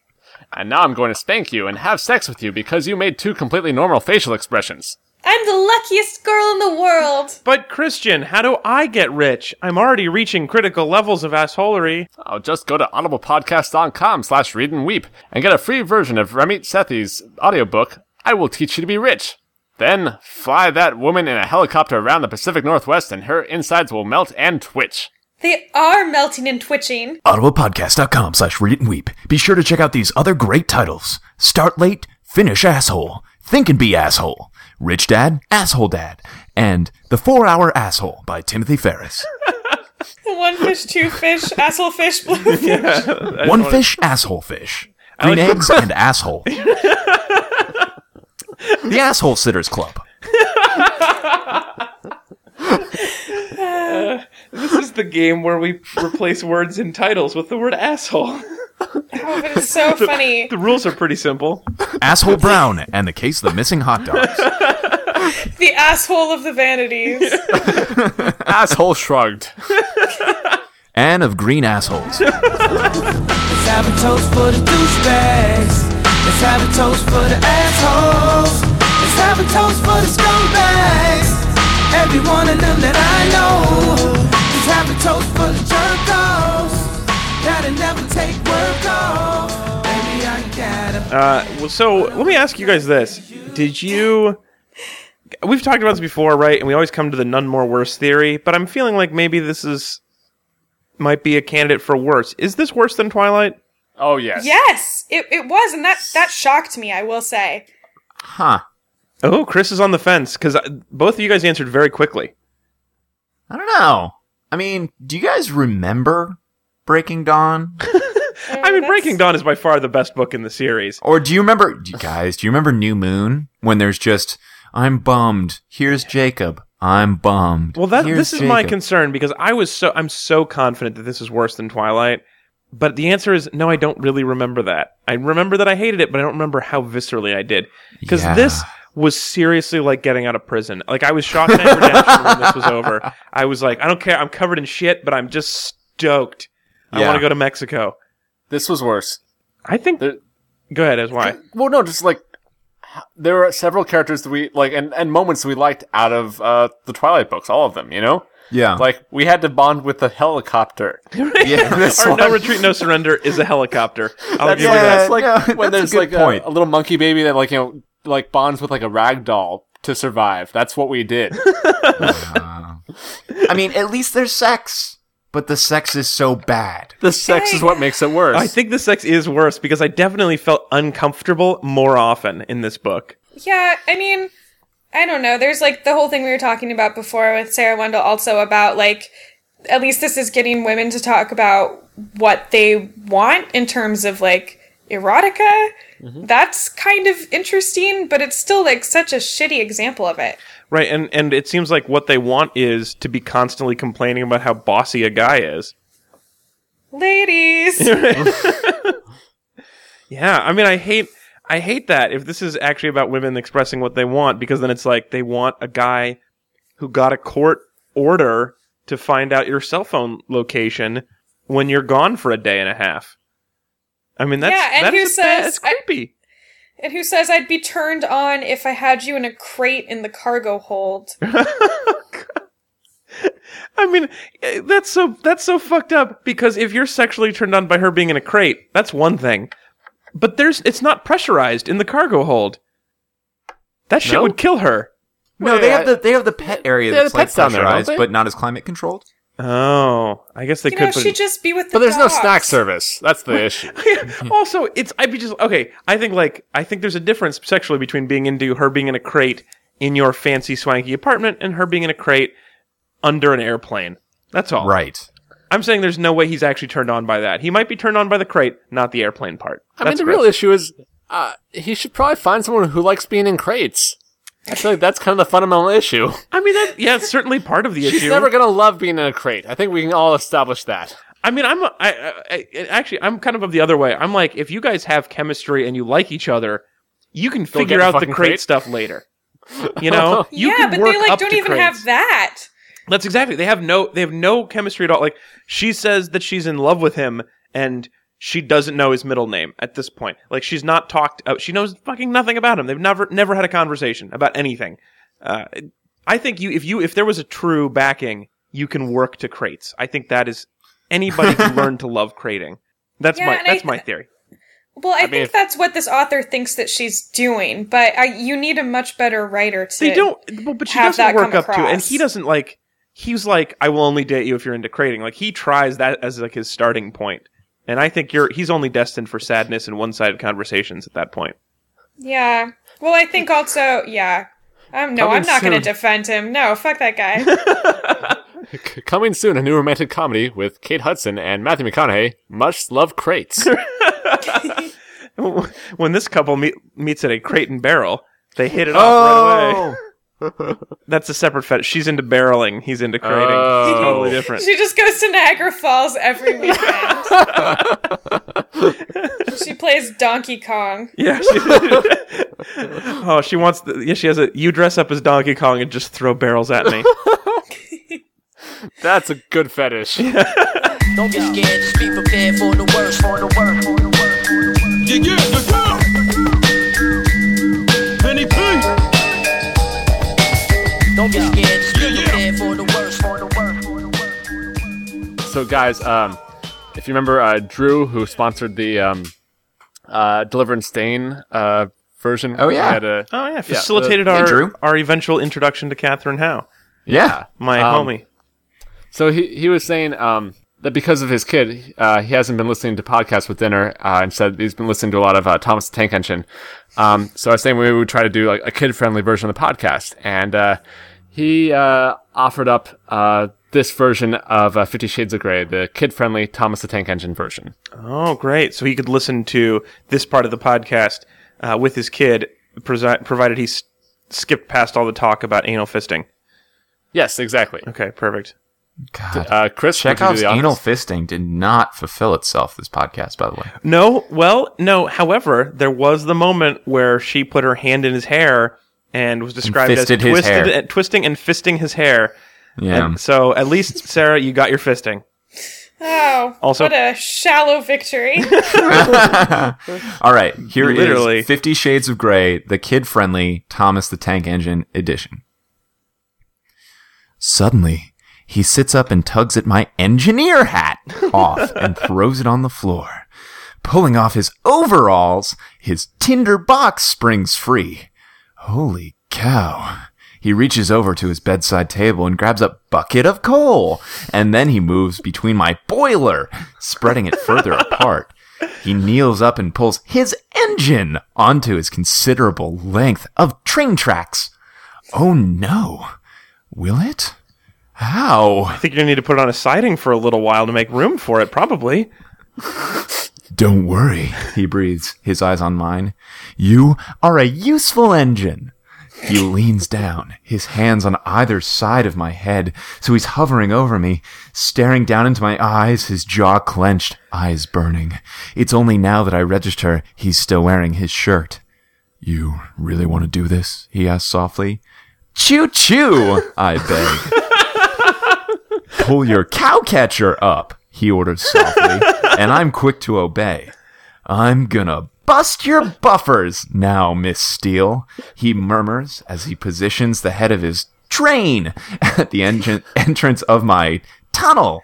Speaker 5: And now I'm going to spank you and have sex with you because you made two completely normal facial expressions.
Speaker 3: I'm the luckiest girl in the world.
Speaker 2: But Christian, how do I get rich? I'm already reaching critical levels of assholery.
Speaker 5: I'll Uh, just go to audiblepodcast.com slash read and weep and get a free version of Ramit Sethi's audiobook, I Will Teach You to Be Rich. Then fly that woman in a helicopter around the Pacific Northwest and her insides will melt and twitch.
Speaker 3: They are melting and twitching.
Speaker 6: AudiblePodcast.com slash read it and weep. Be sure to check out these other great titles. Start late, finish asshole, think and be asshole, rich dad, asshole dad, and the four hour asshole by Timothy Ferris.
Speaker 3: One fish, two fish, asshole fish, blue
Speaker 6: *laughs*
Speaker 3: fish.
Speaker 6: One fish, asshole fish. Green
Speaker 2: like-
Speaker 6: eggs and asshole. the Asshole Sitters Club.
Speaker 2: This is the game where we replace words in titles with the word asshole.
Speaker 3: Oh, but it's so funny.
Speaker 2: The rules are pretty simple.
Speaker 6: Asshole Brown and the case of the missing hot dogs.
Speaker 3: the asshole of the vanities.
Speaker 5: *laughs* Asshole shrugged.
Speaker 6: and of green assholes.
Speaker 7: Let's have a toast for the douchebags. Let's have a toast for the assholes. Let's have a toast for the scumbags. Every one of them that I know. Let's have a toast for the jerk offs. Gotta never take work off. Baby, I gotta
Speaker 2: Uh, well, so let me ask you guys this: Did you? We've talked about this before, right? And we always come to the none more worse theory, but I'm feeling like maybe this is might be a candidate for worse. Is this worse than Twilight?
Speaker 5: Oh yes.
Speaker 3: yes, it, it was, and that that shocked me. I will say.
Speaker 6: Huh.
Speaker 2: Oh, Chris is on the fence because both of you guys answered very quickly.
Speaker 6: I don't know. I mean, do you guys remember Breaking Dawn?
Speaker 2: I mean, Breaking Dawn is by far the best book in the series.
Speaker 6: Or do you remember, do you guys, do you remember New Moon when there's just, I'm bummed. Here's Jacob. I'm bummed.
Speaker 2: Well, that
Speaker 6: Here's
Speaker 2: this is my
Speaker 6: Jacob."
Speaker 2: concern because I was so I'm so confident that this is worse than Twilight, but the answer is no. I don't really remember that. I remember that I hated it, but I don't remember how viscerally I did because
Speaker 6: Yeah.
Speaker 2: this was seriously like getting out of prison. Like I was Shawshank Redemption when this was over. I was like, I don't care. I'm covered in shit, but I'm just stoked. I
Speaker 6: Yeah.
Speaker 2: want to go to Mexico.
Speaker 5: This was worse.
Speaker 2: I think.
Speaker 5: There-
Speaker 2: go ahead, as why.
Speaker 5: Well, no, just like h- there were several characters that we like and, and moments we liked out of uh, the Twilight books, all of them, you know?
Speaker 6: Yeah.
Speaker 5: Like we had to bond with the helicopter.
Speaker 6: yeah.
Speaker 2: *laughs*
Speaker 5: This
Speaker 2: Our
Speaker 5: one-
Speaker 2: no retreat, no surrender is a helicopter. I'll give you
Speaker 5: yeah,
Speaker 2: that.
Speaker 5: it's like
Speaker 6: no,
Speaker 5: when
Speaker 6: that's a
Speaker 5: there's
Speaker 6: good
Speaker 5: like
Speaker 6: point.
Speaker 5: A, a little monkey baby that like you know like bonds with like a rag doll to survive. That's what we did.
Speaker 6: I mean, at least there's sex, but the sex is so bad.
Speaker 5: the sex is what makes it worse.
Speaker 2: I think the sex is worse because I definitely felt uncomfortable more often in this book.
Speaker 3: Yeah, I mean, I don't know. There's like the whole thing we were talking about before with Sarah Wendell also about like at least this is getting women to talk about what they want in terms of like erotica.
Speaker 5: Mm-hmm.
Speaker 3: That's kind of interesting, but it's still like such a shitty example of it.
Speaker 2: Right, and, and it seems like what they want is to be constantly complaining about how bossy a guy is.
Speaker 5: *laughs*
Speaker 3: Ladies,
Speaker 2: Yeah, I mean I hate I hate that if this is actually about women expressing what they want, because then it's like they want a guy who got a court order to find out your cell phone location when you're gone for a day and a half. I mean that's
Speaker 3: Yeah, and
Speaker 2: that
Speaker 3: who
Speaker 2: is a bad-
Speaker 3: says-
Speaker 2: that's creepy.
Speaker 3: and who says I'd be turned on if I had you in a crate in the cargo hold?
Speaker 2: I mean, eh, that's so that's so fucked up because if you're sexually turned on by her being in a crate, that's one thing. But there's it's not pressurized in the cargo hold. That shit
Speaker 5: No?
Speaker 2: would kill her.
Speaker 6: No, they have the they have the pet area
Speaker 5: They have
Speaker 6: that's
Speaker 5: the
Speaker 6: like
Speaker 5: pets down there, don't
Speaker 6: pressurized,
Speaker 5: they?
Speaker 6: but not as climate controlled.
Speaker 2: Oh, I guess they
Speaker 3: You
Speaker 2: could.
Speaker 3: know,
Speaker 2: put-
Speaker 3: she'd just be with the
Speaker 5: but there's no
Speaker 3: dogs.
Speaker 5: snack service. That's the issue.
Speaker 2: *laughs* also, it's I'd be just okay. I think like I think there's a difference sexually between being into her being in a crate in your fancy swanky apartment and her being in a crate under an airplane. That's all.
Speaker 6: Right.
Speaker 2: I'm saying there's no way he's actually turned on by that. He might be turned on by the crate, not the airplane part.
Speaker 5: I mean,
Speaker 2: That's
Speaker 5: the
Speaker 2: gross.
Speaker 5: real issue is uh, he should probably find someone who likes being in crates. I feel like that's kind of the fundamental issue.
Speaker 2: I mean, that, yeah, it's certainly part
Speaker 3: *laughs*
Speaker 2: of the
Speaker 5: She's
Speaker 2: issue.
Speaker 5: never gonna love being in a crate. I think we can all establish that.
Speaker 2: I mean, I'm I, I, I, actually I'm kind of of the other way. I'm like, if you guys have chemistry and you like each other, you can figure
Speaker 5: the
Speaker 2: out the
Speaker 5: fucking
Speaker 2: crate,
Speaker 5: crate.
Speaker 2: stuff later. You
Speaker 5: *laughs*
Speaker 2: know, you
Speaker 3: yeah,
Speaker 2: can
Speaker 3: but
Speaker 2: work
Speaker 3: they like
Speaker 2: up
Speaker 3: don't
Speaker 2: to
Speaker 3: even
Speaker 2: crates.
Speaker 3: have that.
Speaker 2: That's exactly. They have no. They have no chemistry at all. Like she says that she's in love with him, and she doesn't know his middle name at this point. Like she's not talked. Uh, she knows fucking nothing about him. They've never never had a conversation about anything. Uh, I think you if you if there was a true backing, you can work to crates. I think that is anybody
Speaker 3: *laughs*
Speaker 2: who learned to love crating. That's
Speaker 3: Yeah,
Speaker 2: my
Speaker 3: and I
Speaker 2: that's my
Speaker 3: th-
Speaker 2: theory.
Speaker 3: Well, I, think
Speaker 5: if-
Speaker 3: that's what this author thinks that she's doing, but I, you need a much better writer to.
Speaker 2: They don't, well, but she
Speaker 3: have
Speaker 2: doesn't
Speaker 3: that
Speaker 2: work
Speaker 3: come
Speaker 2: up to it, and
Speaker 3: across.
Speaker 2: he doesn't like. He's like, I will only date you if you're into crating. Like he tries that as like his starting point, and I think you're he's only destined for sadness and one-sided conversations at that point. *laughs*
Speaker 3: Yeah. Well, I think also, yeah. Um, no,
Speaker 5: Coming
Speaker 3: I'm not going
Speaker 5: soon.
Speaker 3: to defend him. No, fuck
Speaker 2: *laughs*
Speaker 3: that guy.
Speaker 5: C- Coming soon, a new romantic comedy with Kate Hudson and Matthew McConaughey. Must love crates.
Speaker 2: When this couple meet, meets at a crate and barrel, they hit it off right away.
Speaker 6: Oh,
Speaker 2: That's a separate fetish. She's into barreling. He's into crating.
Speaker 5: Oh.
Speaker 2: It's totally different. *laughs*
Speaker 3: she just goes to Niagara Falls every weekend. She plays Donkey Kong.
Speaker 2: Yeah. She *laughs* oh, she wants. The, yeah, she has a. You dress up as Donkey Kong and just throw barrels at me. Oh,
Speaker 5: That's a good fetish.
Speaker 8: Don't be scared, just be prepared for the worst, for the worst, for the worst.
Speaker 9: Yeah, yeah, yeah, yeah. Penny P. Yeah,
Speaker 8: Don't be scared, just
Speaker 9: Yeah,
Speaker 8: be
Speaker 9: yeah.
Speaker 8: prepared for the worst, for the worst, for the worst.
Speaker 5: So, guys, um, if you remember uh, Drew, who sponsored the um, uh, Deliver and Stain uh, version. Oh
Speaker 6: yeah.
Speaker 2: Oh yeah, facilitated our
Speaker 6: Drew.
Speaker 2: our eventual introduction to Catherine Howe,
Speaker 6: Yeah.
Speaker 2: my
Speaker 5: Um,
Speaker 2: homie.
Speaker 5: so he he was saying um, that because of his kid, uh, he hasn't been listening to podcasts with dinner. Uh, instead, he's been listening to a lot of uh, Thomas the Tank Engine. Um, so I was saying we would try to do like a kid friendly version of the podcast, and uh, he uh, offered up uh, this version of uh, Fifty Shades of Grey, the kid friendly Thomas the Tank Engine version.
Speaker 2: Oh, great! So he could listen to this part of the podcast uh, with his kid, presi- provided he s- skipped past all the talk about anal fisting.
Speaker 5: Yes, exactly.
Speaker 2: Okay, perfect.
Speaker 6: Oh, God.
Speaker 5: Uh, Chris, would you do
Speaker 6: Chekhov's
Speaker 5: the honors?
Speaker 6: anal fisting did not fulfill itself this podcast, by the way.
Speaker 2: No, well, no. However, there was the moment where she put her hand in his hair and was described as
Speaker 6: fisted his
Speaker 2: twisted,
Speaker 6: hair.
Speaker 2: uh, twisting and fisting his hair.
Speaker 6: Yeah.
Speaker 2: And so at least Sarah, you got your fisting.
Speaker 3: Oh,
Speaker 2: Also-
Speaker 3: what a shallow victory.
Speaker 6: All right. Here is
Speaker 2: Literally.
Speaker 6: Fifty Shades of Grey, the kid friendly Thomas the Tank Engine edition. Suddenly, he sits up and tugs at my engineer hat off and throws it on the floor. Pulling off his overalls, his tinder box springs free. Holy cow. He reaches over to his bedside table and grabs a bucket of coal, and then he moves between my boiler, spreading it further apart. He kneels up and pulls his engine onto his considerable length of train tracks. Oh no. Will it? How?
Speaker 2: I think you're gonna need to put it on a siding for a little while to make room for it, probably.
Speaker 6: Don't worry, he breathes, his eyes on mine. You are a useful engine. He leans down, his hands on either side of my head, so he's hovering over me, staring down into my eyes, his jaw clenched, eyes burning. It's only now that I register he's still wearing his shirt. You really want to do this? he asks softly. Choo choo, I beg. Pull your cowcatcher up, he orders softly, and I'm quick to obey. I'm gonna bust your buffers now, Miss Steele, he murmurs as he positions the head of his train at the engin- entrance of my tunnel.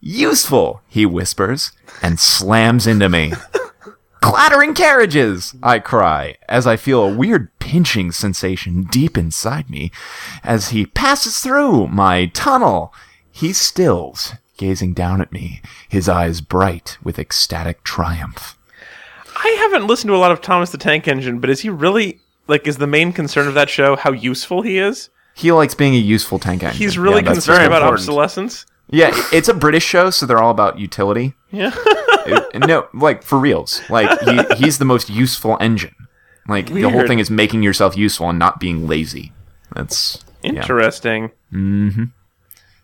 Speaker 6: Useful, he whispers, and slams into me. Clattering carriages, I cry, as I feel a weird pinching sensation deep inside me as he passes through my tunnel. He stills, gazing down at me, his eyes bright with ecstatic triumph.
Speaker 2: I haven't listened to a lot of Thomas the Tank Engine, but is he really like? Is the main concern of that show how useful he is?
Speaker 6: He likes being a useful tank engine.
Speaker 2: He's really
Speaker 6: yeah, that's-
Speaker 2: concerned
Speaker 6: very
Speaker 2: about
Speaker 6: important.
Speaker 2: obsolescence.
Speaker 6: Yeah, i- it's a British show, so they're all about utility.
Speaker 2: Yeah.
Speaker 6: It- no, like for reals. Like he, he's the most useful engine. Like the whole
Speaker 2: Weird.
Speaker 6: thing is making yourself useful and not being lazy. That's yeah.
Speaker 2: Interesting.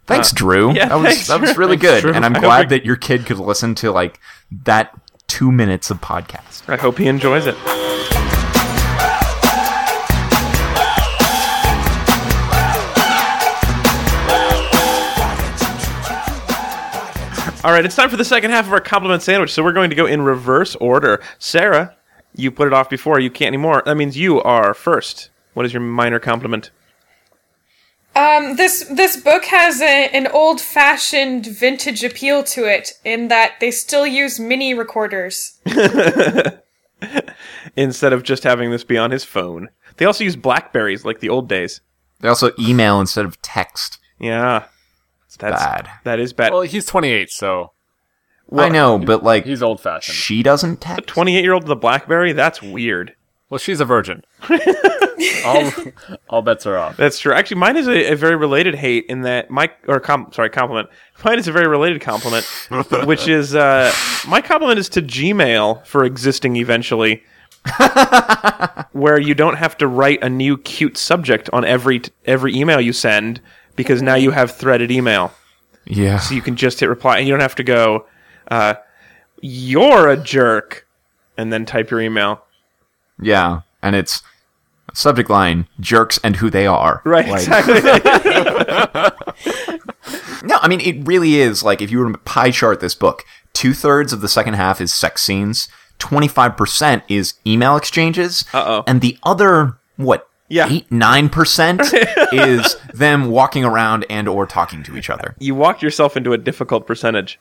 Speaker 6: Thanks, Drew.
Speaker 2: Uh, yeah,
Speaker 6: that was
Speaker 2: thanks,
Speaker 6: that was
Speaker 2: Drew.
Speaker 6: really
Speaker 2: Thanks,
Speaker 6: good,
Speaker 2: Drew.
Speaker 6: and I'm
Speaker 2: I hope
Speaker 6: glad
Speaker 2: it-
Speaker 6: that your kid could listen to like that two minutes of podcast.
Speaker 2: I hope he enjoys it. All right, it's time for the second half of our compliment sandwich. So we're going to go in reverse order. Sarah, you put it off before. You can't anymore. That means you are first. What is your minor compliment?
Speaker 3: Um, this this book has a, an old fashioned vintage appeal to it in that they still use mini recorders.
Speaker 2: Instead of just having this be on his phone, they also use Blackberries like the old days.
Speaker 6: They also email instead of text.
Speaker 2: Yeah, that's
Speaker 6: Bad.
Speaker 2: That is bad.
Speaker 5: Well, he's 28, so
Speaker 6: I know, but like
Speaker 5: he's old fashioned.
Speaker 6: she doesn't text.
Speaker 2: Twenty-eight year old with a BlackBerry. That's weird.
Speaker 5: Well, she's
Speaker 2: *laughs*
Speaker 5: a virgin. all, all bets are off.
Speaker 2: That's true. Actually, mine is a, a very related hate in that my or com, sorry compliment. *laughs* Mine is a very related compliment, which is uh, my compliment is to Gmail for
Speaker 6: *laughs*
Speaker 2: existing eventually, where you don't have to write a new cute subject on every t- every email you send because now you have threaded email.
Speaker 6: yeah.
Speaker 2: You can just hit reply and you don't have to go. Uh, you're a jerk, and then type your email.
Speaker 6: Yeah, and it's subject line jerks and who they are.
Speaker 2: Right,
Speaker 6: Like,
Speaker 2: exactly.
Speaker 6: No, I mean it really is like if you were to pie chart this book, two thirds of the second half is sex scenes, twenty five percent is email exchanges,
Speaker 2: Uh-oh.
Speaker 6: and the other what
Speaker 2: Yeah.
Speaker 6: eight nine percent
Speaker 2: *laughs*
Speaker 6: is them walking around and or talking to each other.
Speaker 2: you walked yourself into a difficult percentage.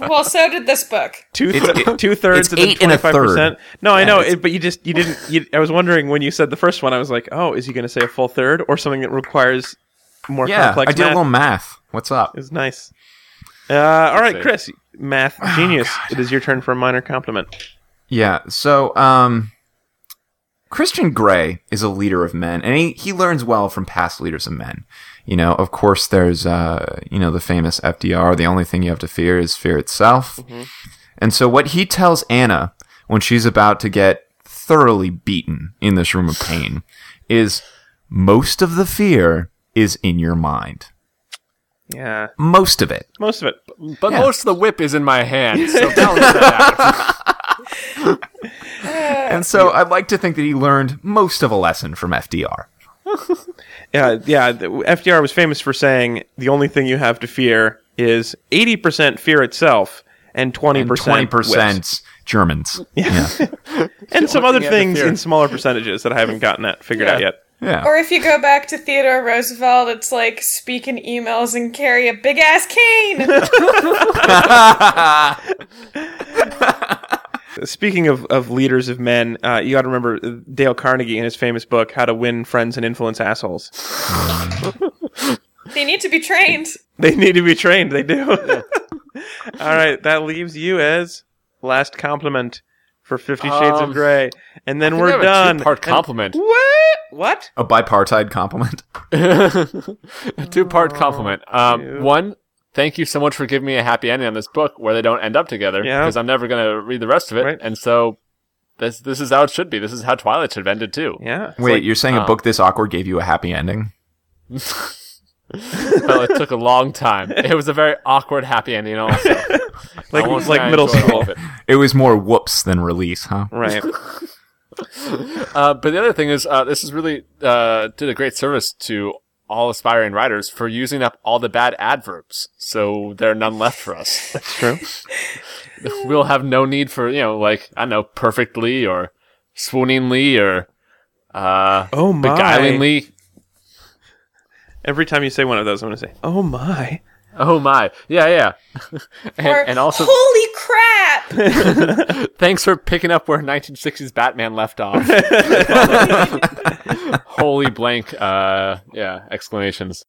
Speaker 3: Well, so did this book.
Speaker 2: Two
Speaker 6: It's- it-
Speaker 2: two thirds
Speaker 6: it's
Speaker 2: and then
Speaker 6: eight and
Speaker 2: twenty
Speaker 6: a
Speaker 2: five
Speaker 6: third.
Speaker 2: percent. No, I
Speaker 6: Yeah,
Speaker 2: know,
Speaker 6: it's-
Speaker 2: it, but you just you didn't. You, I was wondering when you said the first one, I was like, oh, is he going to say a full third or something that requires more
Speaker 6: Yeah, I
Speaker 2: complex?
Speaker 6: did a
Speaker 2: math?
Speaker 6: little math. What's up?
Speaker 2: It was nice. Uh, all right,
Speaker 5: see.
Speaker 2: Chris, math
Speaker 6: Oh,
Speaker 2: genius. it is your turn for a minor compliment.
Speaker 6: Yeah. So, um, Christian Grey is a leader of men, and he, he learns well from past leaders of men. You know, of course, there's, uh, you know, the famous FDR. The only thing you have to fear is fear itself. And so, what he tells Anna when she's about to get thoroughly beaten in this room of pain is most of the fear is in your mind.
Speaker 2: Yeah,
Speaker 6: Most of it.
Speaker 2: most of it.
Speaker 5: But
Speaker 6: Yeah.
Speaker 5: most of the whip is in my hand, so
Speaker 2: *laughs*
Speaker 5: balance that out.
Speaker 6: And so, I'd like to think that he learned most of a lesson from FDR.
Speaker 2: Yeah, Uh, yeah. the- FDR was famous for saying the only thing you have to fear is eighty percent fear itself and twenty
Speaker 6: And
Speaker 2: percent
Speaker 6: 20% Germans. Yeah.
Speaker 2: and some other
Speaker 5: looking at the
Speaker 2: things
Speaker 5: fear.
Speaker 2: in smaller percentages that I haven't gotten at figured out
Speaker 5: Yeah.
Speaker 2: yet.
Speaker 6: Yeah.
Speaker 3: Or if you go back to Theodore Roosevelt, it's like speak in emails and carry a big ass cane.
Speaker 5: *laughs*
Speaker 2: Speaking of, of leaders of men, uh, you got to remember Dale Carnegie in his famous book, How to Win Friends and Influence Assholes. *laughs*
Speaker 3: they need to be trained.
Speaker 2: They need to be trained. They do. *laughs* All right, that leaves you as last compliment for Fifty Shades
Speaker 5: Um,
Speaker 2: of Grey, and then
Speaker 5: We
Speaker 2: we're
Speaker 5: have a
Speaker 2: done.
Speaker 5: Two-part
Speaker 2: And-
Speaker 5: compliment.
Speaker 2: what? What?
Speaker 6: a bipartite compliment.
Speaker 5: *laughs* a two-part compliment. Um, one, thank you so much for giving me a happy ending on this book where they don't end up together
Speaker 2: Yeah.
Speaker 5: because I'm never going to read the rest of it.
Speaker 2: Right.
Speaker 5: And so this this is how it should be. This is how Twilight should have ended too.
Speaker 2: Yeah.
Speaker 6: Wait, you're saying
Speaker 5: uh,
Speaker 6: a book this awkward gave you a happy ending?
Speaker 5: well, it took a
Speaker 2: *laughs*
Speaker 5: long time. It was a very awkward happy ending also.
Speaker 2: Like
Speaker 5: I won't say
Speaker 2: like
Speaker 5: I
Speaker 2: middle
Speaker 5: enjoyed all
Speaker 2: school.
Speaker 5: of it.
Speaker 6: It was more whoops than release, huh?
Speaker 5: *laughs*
Speaker 2: Right.
Speaker 5: Uh, but the other thing is, uh, this is really uh, did a great service to all aspiring writers for using up all the bad adverbs, so there are none left for
Speaker 2: *laughs*
Speaker 5: us.
Speaker 2: That's true.
Speaker 5: *laughs* we'll have no need for you know, like I don't know, perfectly or swooningly or uh,
Speaker 2: Oh my.
Speaker 5: beguilingly.
Speaker 2: Every time you say one of those, I'm going to say, "Oh my."
Speaker 5: Oh my, yeah, yeah, *laughs* and,
Speaker 3: Or,
Speaker 5: and also
Speaker 3: holy
Speaker 5: *laughs*
Speaker 3: crap!
Speaker 5: thanks for picking up where 1960s Batman
Speaker 2: *laughs*
Speaker 5: left off. *laughs* Holy blank, uh, yeah, exclamations.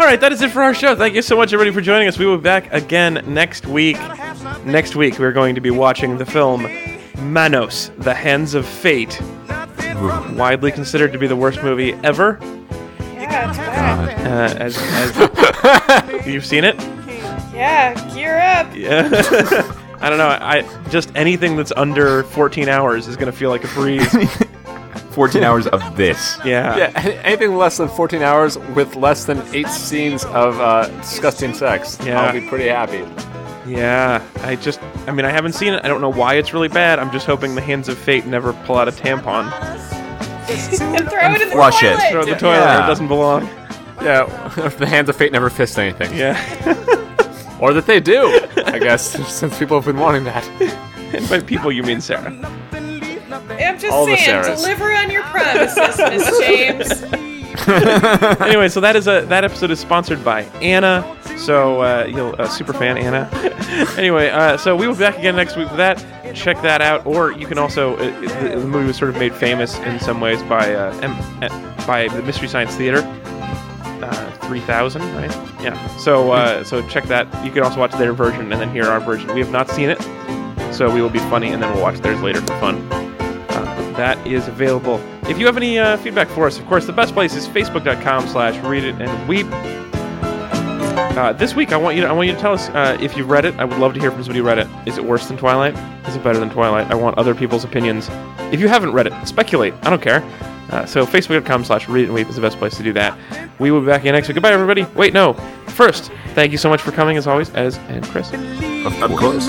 Speaker 2: All right, that is it for our show. Thank you so much, everybody, for joining us. We will be back again next week. Next week, we're going to be watching the film Manos, The Hands of Fate, widely considered to be the worst movie ever.
Speaker 3: Yeah, it's bad.
Speaker 2: Uh, as,
Speaker 6: *laughs*
Speaker 2: as you've seen it,
Speaker 3: Yeah, gear up.
Speaker 2: yeah. I don't know. I just anything that's under 14 hours is going to feel like a
Speaker 6: *laughs*
Speaker 2: breeze.
Speaker 6: 14 hours of this.
Speaker 2: Yeah.
Speaker 5: Yeah, a- anything less than 14 hours with less than eight scenes of uh, disgusting sex,
Speaker 2: Yeah.
Speaker 5: I'll be pretty happy.
Speaker 2: Yeah, I just, I mean, I haven't seen it. I don't know why it's really bad. I'm just hoping the hands of fate never pull out a tampon.
Speaker 3: And throw it in the
Speaker 6: flush it.
Speaker 3: toilet.
Speaker 2: Throw it in the toilet where
Speaker 6: Yeah.
Speaker 2: it doesn't belong.
Speaker 5: Yeah, *laughs* the hands of fate never fist anything.
Speaker 2: Yeah.
Speaker 5: Or that they *laughs* do, I guess, since people have been wanting that.
Speaker 2: and *laughs* by people, you mean Sarah.
Speaker 3: I'm just
Speaker 5: All the
Speaker 3: saying,
Speaker 5: Sarahs.
Speaker 3: deliver on your promises,
Speaker 5: *laughs*
Speaker 3: Miss James.
Speaker 2: anyway, so that is a that episode is sponsored by Anna. So uh, you'll uh, super fan Anna. anyway, uh, so we will be back again next week for that. Check that out, or you can also uh, the, the movie was sort of made famous in some ways by uh, M- uh, by the Mystery Science Theater. Uh, 3000 right yeah so uh, so check that you can also watch their version and then hear our version we have not seen it so we will be funny and then we'll watch theirs later for fun uh, that is available. If you have any uh, feedback for us, of course, the best place is facebook.com slash read it and weep. Uh, this week, I want you to I want you to tell us uh, if you read it. I would love to hear from somebody who read it. Is it worse than Twilight? Is it better than Twilight? I want other people's opinions. If you haven't read it, speculate. I don't care. Uh, so facebook.com slash read and weep is the best place to do that. We will be back again next week. Goodbye, everybody. Wait, no. First, thank you so much for coming as always, as and Chris.
Speaker 1: Of course.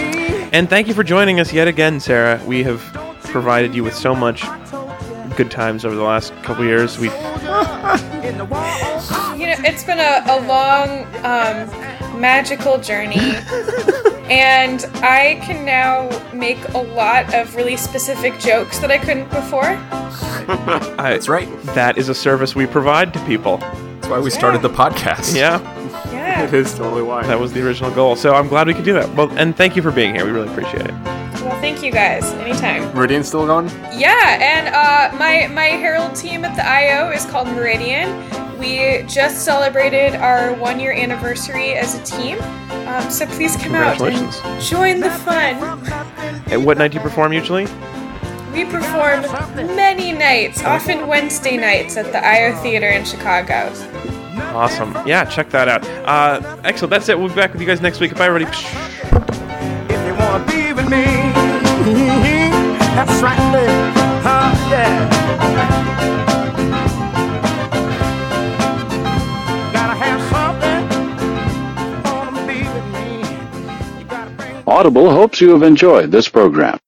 Speaker 2: And thank you for joining us yet again, Sarah. We have provided you with so much good times over the last couple years. We
Speaker 3: You know, it's been a, a long, um, magical journey. and I can now make a lot of really specific jokes that I couldn't before.
Speaker 2: I,
Speaker 1: That's right.
Speaker 2: That is a service we provide to people.
Speaker 1: That's why we started the podcast.
Speaker 2: Yeah,
Speaker 5: It *laughs*
Speaker 3: Yeah.
Speaker 5: is totally why.
Speaker 2: that was the original goal. So I'm glad we could do that. Well, and thank you for being here. We really appreciate it.
Speaker 3: Well, thank you guys. Anytime.
Speaker 5: Meridian's still going?
Speaker 3: Yeah, and uh, my my Herald team at the IO is called Meridian. We just celebrated our one year anniversary as a team, um, so please come out and
Speaker 2: Congratulations.
Speaker 3: join the fun.
Speaker 2: And what night do you perform usually?
Speaker 3: We perform many nights, often Wednesday nights, at the IO Theater in Chicago.
Speaker 2: Awesome. Yeah, check that out. Uh, excellent. That's it. We'll be back with you guys next week. Bye, everybody.
Speaker 9: If you wanna be with me, Mm-hmm. that's right, babe. Huh, yeah. Gotta have something. Wanna be with me. You gotta bring.
Speaker 10: Audible hopes you have enjoyed this program.